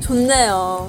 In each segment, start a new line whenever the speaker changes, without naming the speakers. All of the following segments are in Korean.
좋네요.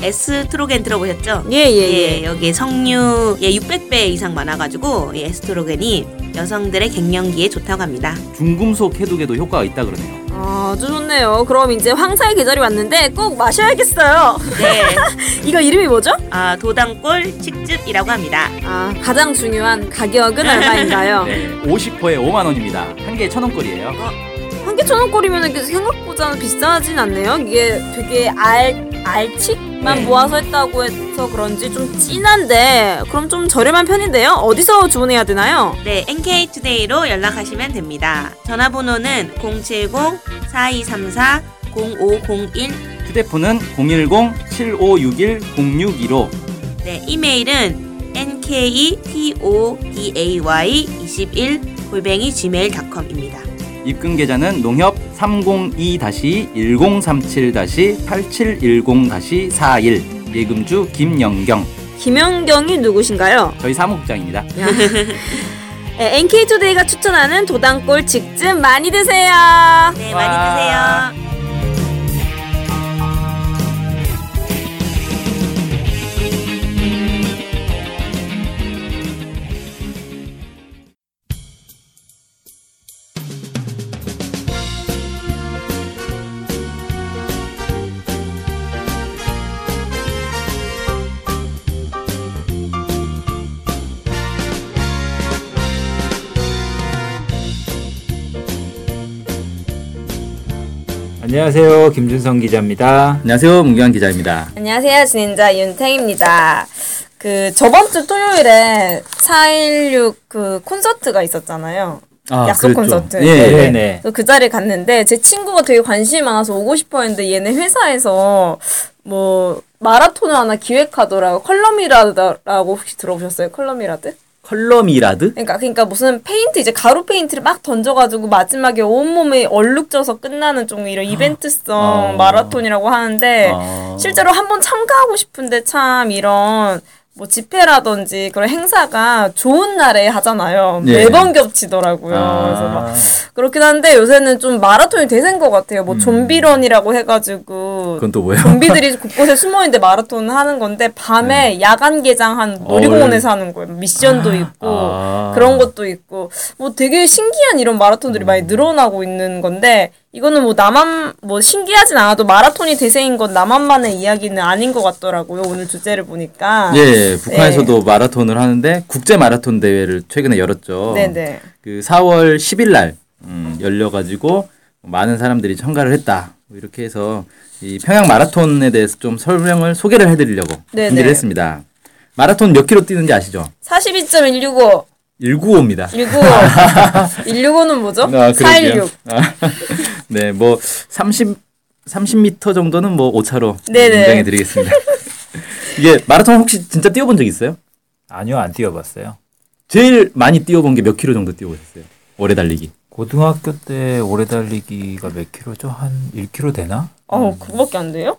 에스트로겐 들어보셨죠?
예예예.
여기 성류에 600배 이상 많아가지고 이 에스트로겐이 여성들의 갱년기에 좋다고 합니다.
중금속 해독에도 효과가 있다 그러네요.
아주 좋네요. 그럼 이제 황사의 계절이 왔는데 꼭 마셔야겠어요.
네,
이거 이름이 뭐죠?
아, 도당골 칡즙이라고 합니다.
아 가장 중요한 가격은 얼마인가요?
네, 50호에 5만 원입니다. 한 개에 천 원꼴이에요.
한 개 천 원꼴이면 생각보다 비싸진 않네요. 이게 되게 알 알칡만
네.
모아서 했다고 해서 그런지 좀 진한데 그럼 좀 저렴한 편인데요. 어디서 주문해야 되나요?
네, NK투데이로 연락하시면 됩니다. 전화번호는 070-4234-0501
휴대폰은 010-7561-0615
네, 이메일은 nktoday21 골뱅이 gmail.com입니다.
입금 계좌는 농협 302-1037-8710-41 예금주 김영경
김연경이 누구신가요?
저희 사무국장입니다.
네, NK투데이가 추천하는 도당골 직즙 많이 드세요.
네,
와.
많이 드세요.
안녕하세요. 김준성 기자입니다.
안녕하세요. 문경환 기자입니다.
안녕하세요. 진행자 윤탱입니다. 그 저번 주 토요일에 416그 콘서트가 있었잖아요.
아,
약속 콘서트.
예, 예.
네네.
그래서 그 자리에 갔는데 제 친구가 되게 관심이 많아서 오고 싶어 했는데 얘네 회사에서 뭐 마라톤을 하나 기획하더라고. 컬럼이라드라고 혹시 들어보셨어요? 컬럼이라드?
컬럼이라드?
그러니까 그러니까 무슨 페인트 이제 가루 페인트를 막 던져가지고 마지막에 온 몸에 얼룩져서 끝나는 좀 이런
아.
이벤트성
어.
마라톤이라고 하는데
어.
네. 실제로 한번 참가하고 싶은데 참 이런 뭐 집회라든지 그런 행사가 좋은 날에 하잖아요.
예.
매번 겹치더라고요. 그래서 막
아,
그렇긴 한데 요새는 좀 마라톤이 대세인 것 같아요.
음.
뭐 좀비런이라고 해가지고
그건 또 뭐예요?
좀비들이 곳곳에 숨어 있는데 마라톤 하는 건데 밤에
네.
야간 개장한 놀이공원에서 하는 거예요. 미션도 있고
아.
그런 것도 있고 뭐 되게 신기한 이런 마라톤들이 많이
음.
늘어나고 있는 건데 이거는 뭐 나만 뭐 신기하진 않아도 마라톤이 대세인 건 나만만의 이야기는 아닌 것 같더라고요. 오늘 주제를 보니까
예, 북한에서도 마라톤을 하는데 국제 마라톤 대회를 최근에 열었죠.
네네.
그 4월 10일 날 음, 열려가지고 많은 사람들이 참가를 했다. 뭐 이렇게 해서 이 평양 마라톤에 대해서 좀 설명을 소개를 해드리려고
네네.
준비를 했습니다. 마라톤 몇 킬로 뛰는지 아시죠?
42.165
195입니다.
165 165는 뭐죠?
아, 그러게요.
416
아, 네, 뭐 30, 30m 정도는 뭐 오차로
네네.
인정해 드리겠습니다. 이게 마라톤 혹시 진짜 뛰어본 적 있어요?
아니요, 안 뛰어봤어요.
제일 많이 뛰어본 게 몇 킬로 정도 뛰어보셨어요? 오래 달리기.
고등학교 때 오래 달리기가 몇 킬로죠? 한 1킬로 되나?
어,
음.
그거밖에 안 돼요?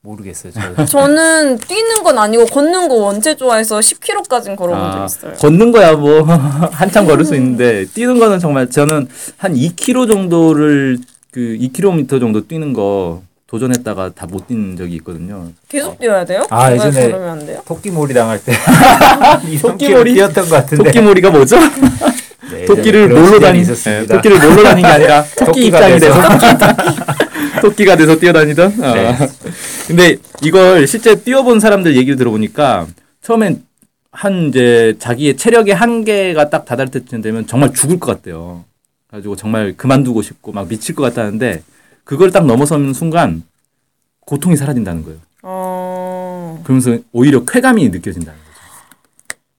모르겠어요. 저
저는 뛰는 건 아니고 걷는 거 원체 좋아해서 10km까지는 걸어본 적
아,
있어요.
걷는 거야 뭐 한참 걸을 수 있는데 뛰는 거는 정말 저는 한 2km 정도를 그 2km 정도 뛰는 거 도전했다가 다 못 뛰는 적이 있거든요.
계속 뛰어야 돼요?
아,
중간에
예전에-
걸으면 안 돼요?
토끼몰이 당할 때
토끼몰이?
토끼몰이 뛰었던 것 같은데.
토끼몰이가 뭐죠?
네,
토끼를
그런
놀러
시절이
다니 예,
있었습니다.
토끼를 놀러 다니는 게 아니라 토끼
토끼가
입장이 돼서
돼서.
토끼가 돼서 뛰어다니던. 어.
네.
근데 이걸 실제 뛰어본 사람들 얘기를 들어보니까 처음엔 한 이제 자기의 체력의 한계가 딱 다다를 때쯤 되면 정말 죽을 것 같대요. 그래가지고 정말 그만두고 싶고 막 미칠 것 같다는데 그걸 딱 넘어서는 순간 고통이 사라진다는 거예요.
어...
그러면서 오히려 쾌감이 느껴진다는 거예요.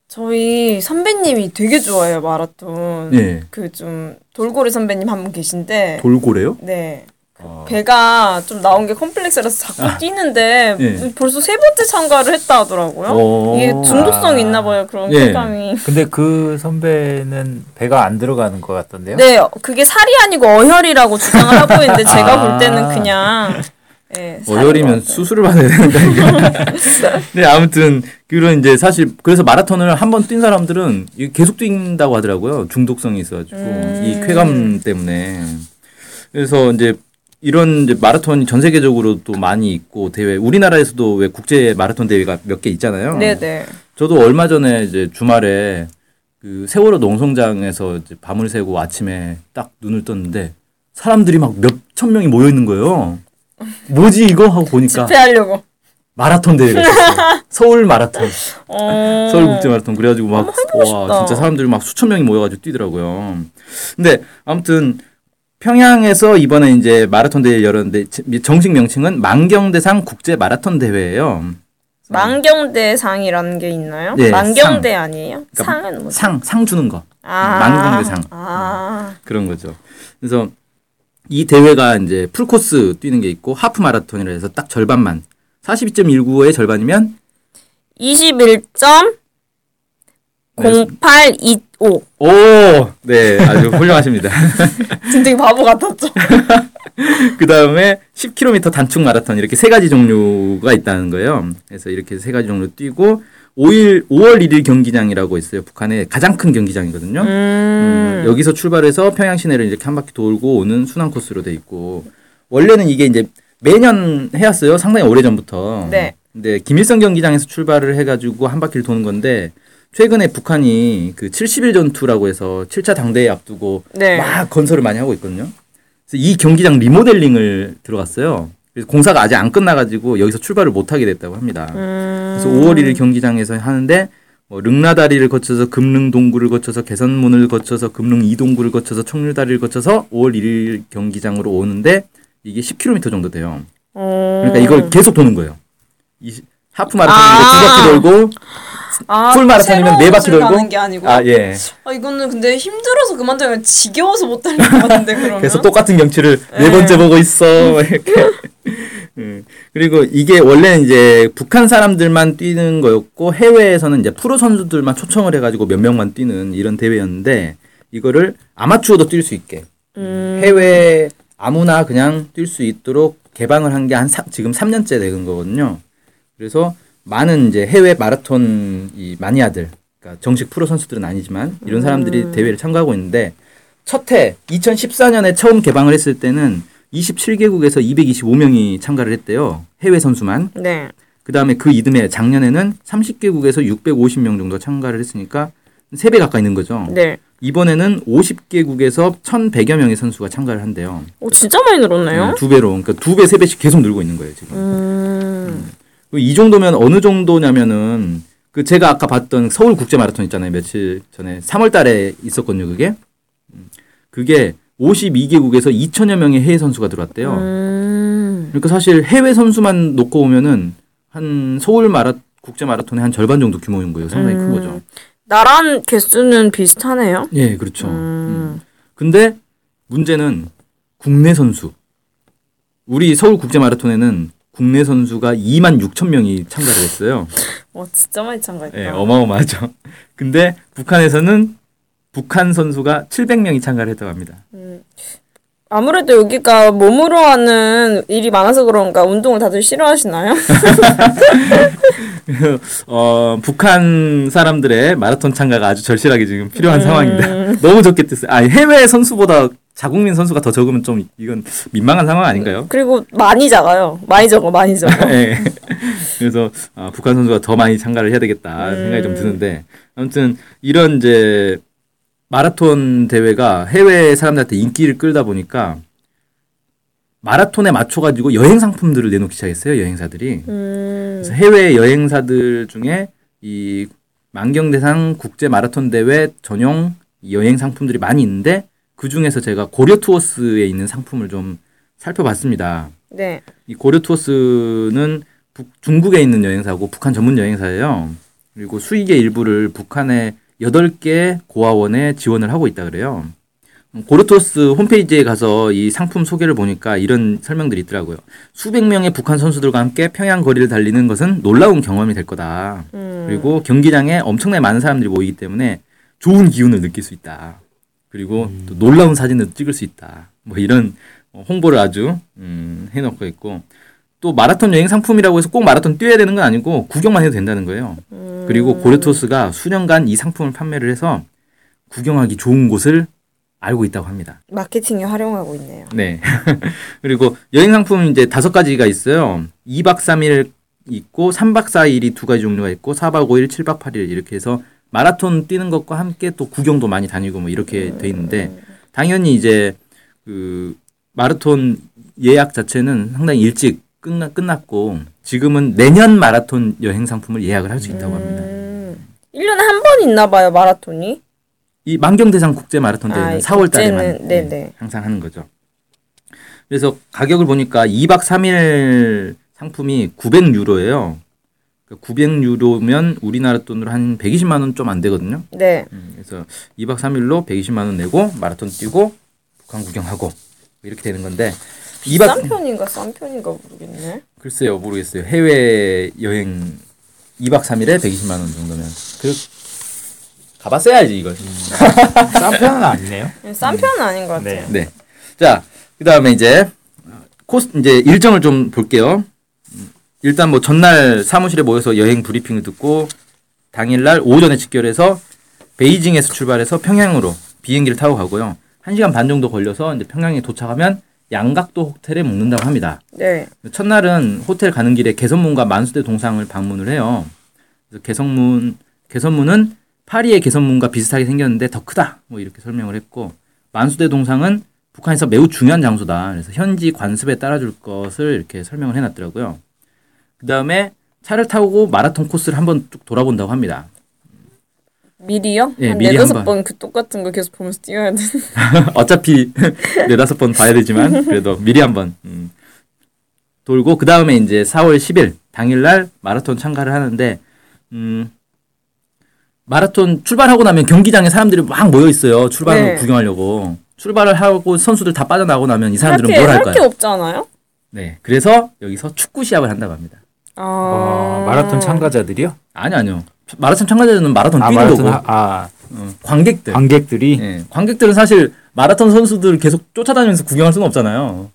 저희 선배님이 되게 좋아해요, 마라톤.
예.
그 좀 돌고래 선배님 한 분 계신데
돌고래요?
네.
어.
배가 좀 나온 게 컴플렉스라서 자꾸 뛰는데
아. 예.
벌써 세 번째 참가를 했다 하더라고요.
오.
이게 중독성이
아.
있나 봐요 그런
예.
식감이.
근데 그 선배는 배가 안 들어가는 것 같던데요?
네, 그게 살이 아니고 어혈이라고 주장을 하고 있는데 제가
아.
볼 때는 그냥 예, 살인
월요일이면
것
수술을 받아야 되는데.
같아요.
네, 아무튼 그런 이제 사실 그래서 마라톤을 한 번 뛴 사람들은 이게 계속 뛴다고 하더라고요. 중독성이 있어가지고
음.
이 쾌감 때문에. 그래서 이제 이런 이제 마라톤이 전 세계적으로 또 많이 있고 대회 우리나라에서도 왜 국제 마라톤 대회가 몇 개 있잖아요.
네, 네.
저도 얼마 전에 이제 주말에 그 세월호 농성장에서 이제 밤을 새고 아침에 딱 눈을 떴는데 사람들이 막 몇 천 명이 모여 있는 거예요. 뭐지 이거 하고 보니까
집회하려고.
마라톤 대회가 있었어요. 서울 마라톤,
어.
서울 국제 마라톤 그래가지고 막
싶다.
와, 진짜 사람들이 막 수천 명이 모여가지고 뛰더라고요. 근데 아무튼 평양에서 이번에 이제 마라톤 대회 를 열었는데 제- 정식 명칭은 만경대상 국제 마라톤 대회예요.
만경대상이라는 게 있나요?
음. 네,
만경대 아니에요?
그러니까
상은 뭐죠?
상 상 주는 거.
아.
만경대상. 네,
아.
그런 거죠. 그래서 이 대회가 이제 풀코스 뛰는 게 있고 하프 마라톤이라 해서 딱 절반만 42.195의 절반이면
21.0825.
오, 네, 아주 훌륭하십니다.
지금 되게 바보 같았죠?
그 다음에 10km 단축 마라톤 이렇게 세 가지 종류가 있다는 거예요. 그래서 이렇게 세 가지 종류 뛰고 5일 5월 1일 경기장이라고 있어요. 북한의 가장 큰 경기장이거든요.
음.
음, 여기서 출발해서 평양 시내를 이렇게 한 바퀴 돌고 오는 순환 코스로 돼 있고 원래는 이게 이제 매년 해왔어요. 상당히 오래 전부터.
네.
근데 김일성 경기장에서 출발을 해가지고 한 바퀴를 도는 건데 최근에 북한이 그 70일 전투라고 해서 7차 당대회 앞두고
네.
막 건설을 많이 하고 있거든요. 그래서 이 경기장 리모델링을 들어갔어요. 그래서 공사가 아직 안 끝나가지고 여기서 출발을 못하게 됐다고 합니다.
음.
그래서 5월 1일 경기장에서 하는데 뭐 릉나다리를 거쳐서 금릉동굴을 거쳐서 개선문을 거쳐서 금릉 이동굴을 거쳐서 청류다리를 거쳐서 5월 1일 경기장으로 오는데 이게 10km 정도 돼요.
어.
그러니까 이걸 계속 도는 거예요. 이 시- 하프
아.
마라톤이면 두 바퀴 돌고
아,
풀 마라톤이면 네
새로운
바퀴
곳을
돌고.
가는 게 아니고. 아,
아 예.
이거는 근데 힘들어서 그만두면 지겨워서 못 달릴 것 같은데 그러면.
그래서 똑같은 경치를 네 번째 보고 있어 이렇게. 음. 그리고 이게 원래 이제 북한 사람들만 뛰는 거였고 해외에서는 이제 프로 선수들만 초청을 해가지고 몇 명만 뛰는 이런 대회였는데 이거를 아마추어도 뛸 수 있게
음.
해외 아무나 그냥 뛸 수 있도록 개방을 한 게 한 지금 3년째 된 거거든요. 그래서 많은 이제 해외 마라톤 이 마니아들, 그러니까 정식 프로 선수들은 아니지만 이런
음.
사람들이 대회를 참가하고 있는데 첫해 2014년에 처음 개방을 했을 때는 27개국에서 225명이 참가를 했대요. 해외 선수만.
네.
그다음에 그 이듬해 작년에는 30개국에서 650명 정도 참가를 했으니까 3배 가까이 있는 거죠.
네.
이번에는 50개국에서 1,100여 명의 선수가 참가를 한대요.
오 진짜 많이 늘었네요.
음, 두 배로. 그러니까 두 배, 세 배씩 계속 늘고 있는 거예요, 지금.
음.
그리고 뭐 이 정도면 어느 정도냐면은 그 제가 아까 봤던 서울 국제 마라톤 있잖아요. 며칠 전에 3월 달에 있었거든요, 그게. 음, 그게 52개국에서 2천여 명의 해외 선수가 들어왔대요.
음.
그러니까 사실 해외 선수만 놓고 보면은 한 서울 마라 국제 마라톤의 한 절반 정도 규모인 거예요. 상당히 큰 거죠.
나란 개수는 비슷하네요.
예, 그렇죠.
음.
근데 문제는 국내 선수. 우리 서울 국제 마라톤에는 국내 선수가 2만 6천 명이 참가를 했어요.
와 진짜 많이 참가했다.
예, 어마어마하죠. 근데 북한에서는 북한 선수가 700명이 참가를 했다고 합니다.
아무래도 여기가 몸으로 하는 일이 많아서 그런가 운동을 다들 싫어하시나요?
어, 북한 사람들의 마라톤 참가가 아주 절실하게 지금 필요한 상황입니다. 너무 적게 됐어요. 아니, 해외 선수보다 자국민 선수가 더 적으면 좀 이건 민망한 상황 아닌가요?
그리고 많이 작아요. 많이 적어, 많이 적어.
예. 그래서 아, 북한 선수가 더 많이 참가를 해야 되겠다 생각이 좀 드는데 아무튼 이런 이제 마라톤 대회가 해외 사람들한테 인기를 끌다 보니까 마라톤에 맞춰가지고 여행 상품들을 내놓기 시작했어요 여행사들이
음.
그래서 해외 여행사들 중에 이 만경대상 국제 마라톤 대회 전용 여행 상품들이 많이 있는데 그 중에서 제가 고려 투어스에 있는 상품을 좀 살펴봤습니다.
네.
이 고려투어스는 북- 중국에 있는 여행사고 북한 전문 여행사예요. 그리고 수익의 일부를 북한의 8개 고아원에 지원을 하고 있다 그래요. 고르토스 홈페이지에 가서 이 상품 소개를 보니까 이런 설명들이 있더라고요. 수백 명의 북한 선수들과 함께 평양 거리를 달리는 것은 놀라운 경험이 될 거다. 그리고 경기장에 엄청나게 많은 사람들이 모이기 때문에 좋은 기운을 느낄 수 있다. 그리고 또 놀라운 사진을 찍을 수 있다. 뭐 이런 홍보를 아주 음, 해놓고 있고 또 마라톤 여행 상품이라고 해서 꼭 마라톤 뛰어야 되는 건 아니고 구경만 해도 된다는 거예요. 그리고 고르토스가 수년간 이 상품을 판매를 해서 구경하기 좋은 곳을 알고 있다고 합니다.
마케팅에 활용하고 있네요.
네. 그리고 여행 상품 이제 다섯 가지가 있어요. 2박 3일 있고 3박 4일이 두 가지 종류가 있고 4박 5일, 7박 8일 이렇게 해서 마라톤 뛰는 것과 함께 또 구경도 많이 다니고 뭐 이렇게 돼 있는데 당연히 이제 그 마라톤 예약 자체는 상당히 일찍 끝나, 끝났고 지금은 내년 마라톤 여행 상품을 예약을 할 수 있다고 합니다.
음. 1년에 한 번 있나 봐요, 마라톤이.
이 만경대상 국제 마라톤
아,
대회는
이
4월 달에만
국제는, 네네.
네, 항상 하는 거죠. 그래서 가격을 보니까 2박 3일 상품이 900유로예요. 그러니까 900유로면 우리나라 돈으로 한 120만 원 좀 안 되거든요.
네.
음, 그래서 2박 3일로 120만 원 내고 마라톤 뛰고 북한 구경하고 이렇게 되는 건데 2박
싼 편인가 싼 편인가 모르겠네.
글쎄요 모르겠어요 해외 여행 2박 3일에 120만 원 정도면 그 가봤어야지 이걸
싼 편은 아니네요.
싼 편은 아닌 것 같아요.
네. 자, 그 다음에 이제 코스 이제 일정을 좀 볼게요. 음, 일단 뭐 전날 사무실에 모여서 여행 브리핑을 듣고 당일날 오전에 직결해서 베이징에서 출발해서 평양으로 비행기를 타고 가고요. 1시간 반 정도 걸려서 이제 평양에 도착하면 양각도 호텔에 묵는다고 합니다.
네.
첫날은 호텔 가는 길에 개선문과 만수대 동상을 방문을 해요. 그래서 개선문 개선문은 파리의 개선문과 비슷하게 생겼는데 더 크다. 뭐 이렇게 설명을 했고 만수대 동상은 북한에서 매우 중요한 장소다. 그래서 현지 관습에 따라줄 것을 이렇게 설명을 해놨더라고요. 그 다음에 차를 타고 마라톤 코스를 한번 쭉 돌아본다고 합니다.
미리요?
예,
한
미리
네다섯
한 번.
번 그 똑같은 거 계속 보면서 뛰어야 돼.
어차피 네다섯 번 봐야 되지만 그래도 미리 한번 음, 돌고 그 다음에 이제 4월 10일 당일날 마라톤 참가를 하는데 음, 마라톤 출발하고 나면 경기장에 사람들이 막 모여 있어요 출발을
네.
구경하려고 출발을 하고 선수들 다 빠져나오고 나면 이 사람들은 뭘
할게
할까요?
없잖아요.
네 그래서 여기서 축구 시합을 한다고 합니다.
아
와, 어, 마라톤 참가자들이요?
아니 아니요 마라톤 참가자들은 마라톤
아,
어, 뛰는
마라톤
거고
하, 아,
어, 관객들
관객들이
예, 관객들은 사실 마라톤 선수들 계속 쫓아다니면서 구경할 수는 없잖아요.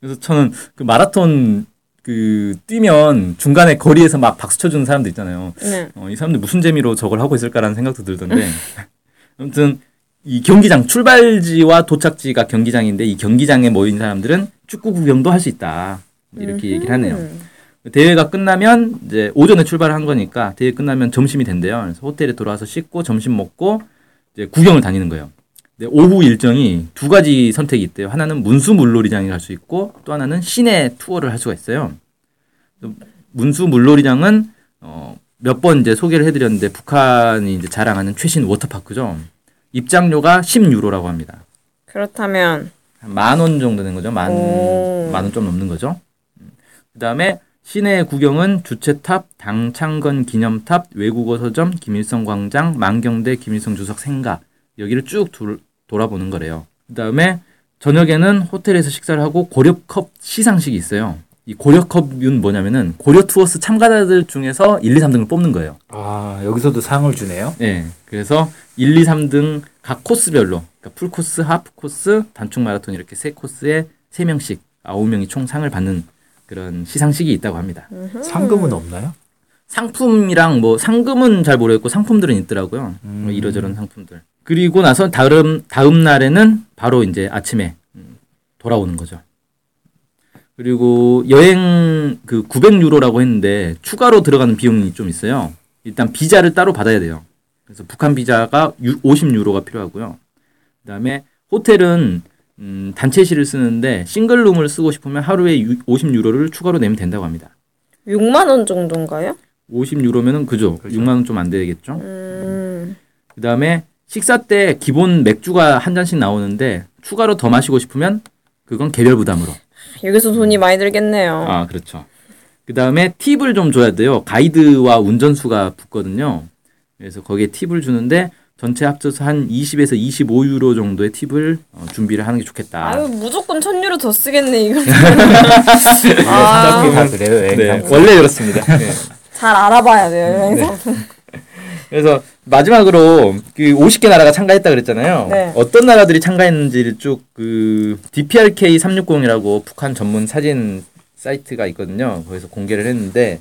그래서 저는 그 마라톤 그 뛰면 중간에 거리에서 막 박수 쳐주는 사람도 있잖아요.
네.
어, 이 사람들 무슨 재미로 저걸 하고 있을까라는 생각도 들던데. 아무튼 이 경기장 출발지와 도착지가 경기장인데 이 경기장에 모인 사람들은 축구 구경도 할 수 있다. 이렇게 얘기를 하네요.
음.
대회가 끝나면 이제 오전에 출발을 한 거니까 대회 끝나면 점심이 된대요. 그래서 호텔에 돌아와서 씻고 점심 먹고 이제 구경을 다니는 거예요. 근데 오후 일정이 두 가지 선택이 있대요. 하나는 문수 물놀이장에 갈 수 있고 또 하나는 시내 투어를 할 수가 있어요. 문수 물놀이장은 어, 몇 번 이제 소개를 해드렸는데 북한이 이제 자랑하는 최신 워터파크죠. 입장료가 10유로라고 합니다.
그렇다면
만 원 정도 된 거죠. 만,
오.
만 원 좀 넘는 거죠. 그 다음에 시내 구경은 주체탑, 당창건 기념탑, 외국어 서점, 김일성 광장, 만경대 김일성 주석 생가 여기를 쭉 돌, 돌아보는 거래요. 그 다음에 저녁에는 호텔에서 식사를 하고 고려컵 시상식이 있어요. 이 고려컵은 뭐냐면은 고려 투어스 참가자들 중에서 1, 2, 3등을 뽑는 거예요.
아, 여기서도 상을 주네요.
예. 그래서 1, 2, 3등 각 코스별로 그러니까 풀 코스, 하프 코스, 단축 마라톤 이렇게 세 코스에 세 명씩 아홉 명이 총 상을 받는 그런 시상식이 있다고 합니다.
음.
상금은 없나요?
상품이랑 뭐 상금은 잘 모르겠고 상품들은 있더라고요. 뭐 이러저런 상품들. 그리고 나서 다음 다음 날에는 바로 이제 아침에 음, 돌아오는 거죠. 그리고 여행 그 900유로라고 했는데 추가로 들어가는 비용이 좀 있어요. 일단 비자를 따로 받아야 돼요. 그래서 북한 비자가 50유로가 필요하고요. 그다음에 호텔은 음, 단체실을 쓰는데 싱글룸을 쓰고 싶으면 하루에 50유로를 추가로 내면 된다고 합니다.
6만 원 정도인가요?
50유로면은 그죠.
그죠.
6만 원 좀 안 되겠죠.
음.
그다음에 식사 때 기본 맥주가 한 잔씩 나오는데 추가로 더 마시고 싶으면 그건 개별 부담으로.
여기서 돈이 많이 들겠네요.
아, 그렇죠. 그다음에 팁을 좀 줘야 돼요. 가이드와 운전수가 붙거든요. 그래서 거기에 팁을 주는데 전체 합쳐서 한 20에서 25유로 정도의 팁을 어, 준비를 하는 게 좋겠다.
아유 무조건 천 유로 더 쓰겠네 이거.
아, 그래요. 여행
네,
상품.
원래 그렇습니다. 네.
잘 알아봐야 돼요. 여행사.
그래서 마지막으로 그 50개 나라가 참가했다 그랬잖아요.
네.
어떤 나라들이 참가했는지를 쭉 그 DPRK 360이라고 북한 전문 사진 사이트가 있거든요. 거기서 공개를 했는데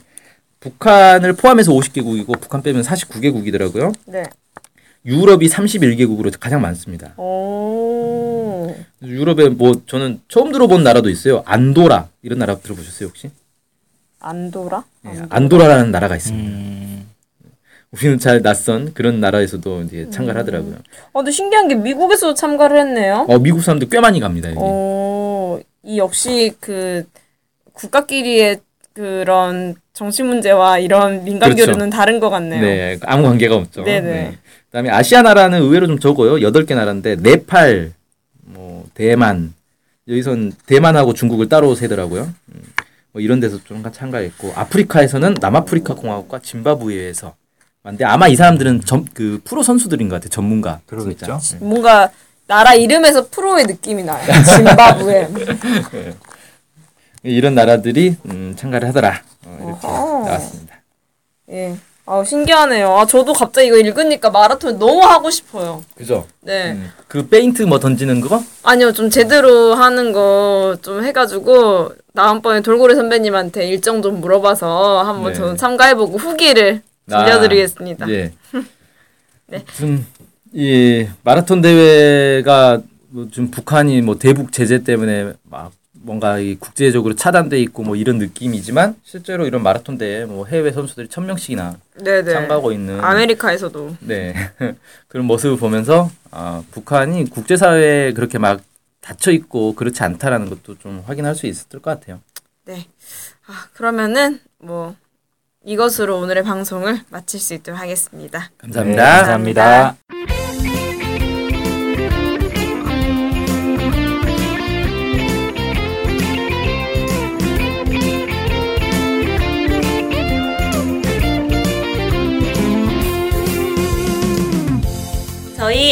북한을 포함해서 50개국이고 북한 빼면 49개국이더라고요.
네.
유럽이 31개국으로 가장 많습니다.
오.
유럽에 뭐 저는 처음 들어본 나라도 있어요. 안도라 이런 나라 들어보셨어요 혹시?
안 돌아?
예, 안도라라는 나라가 있습니다.
음,
우리는 잘 낯선 그런 나라에서도 이제 참가를 하더라고요.
아, 근데 신기한 게 미국에서도 참가를 했네요.
어 미국 사람들 꽤 많이 갑니다 여기.
오, 이 역시 그 국가끼리의 그런 정치 문제와 이런 민감
그렇죠.
교류는 다른 것 같네요.
네, 아무 관계가 없죠.
네네.
그다음에 아시아 나라는 의외로 좀 적어요. 여덟 개 나라인데 네팔, 뭐 대만 여기선 대만하고 중국을 따로 세더라고요. 음, 뭐 이런 데서 좀 참가했고 아프리카에서는 남아프리카 공화국과 짐바브웨에서 근데 아마 이 사람들은 점, 그 프로 선수들인 것 같아요. 전문가.
그러겠죠.
진짜.
뭔가 나라 이름에서 프로의 느낌이 나요. 짐바브웨.
이런 나라들이 음, 참가를 하더라. 어, 이렇게
어허.
나왔습니다.
예. 아 신기하네요. 아 저도 갑자기 이거 읽으니까 마라톤 너무 하고 싶어요.
그죠?
네.
음, 어. 그 페인트 뭐 던지는 거?
아니요, 좀 제대로 하는 거 좀 해가지고 다음번에 돌고래 선배님한테 일정 좀 물어봐서 한번
네.
저는 참가해보고 후기를
아,
들려드리겠습니다.
예.
네.
지금 이 마라톤 대회가 뭐 지금 북한이 뭐 대북 제재 때문에 막 뭔가 이 국제적으로 차단돼 있고 뭐 이런 느낌이지만 실제로 이런 마라톤 대회 뭐 해외 선수들이 천 명씩이나
네네.
참가하고 있는
아메리카에서도.
네 그런 모습을 보면서 아, 북한이 국제사회에 그렇게 막 닫혀 있고 그렇지 않다라는 것도 좀 확인할 수 있었을 것 같아요.
네. 아, 그러면은 뭐 이것으로 오늘의 방송을 마칠 수 있도록 하겠습니다.
네,
감사합니다.
감사합니다.
저희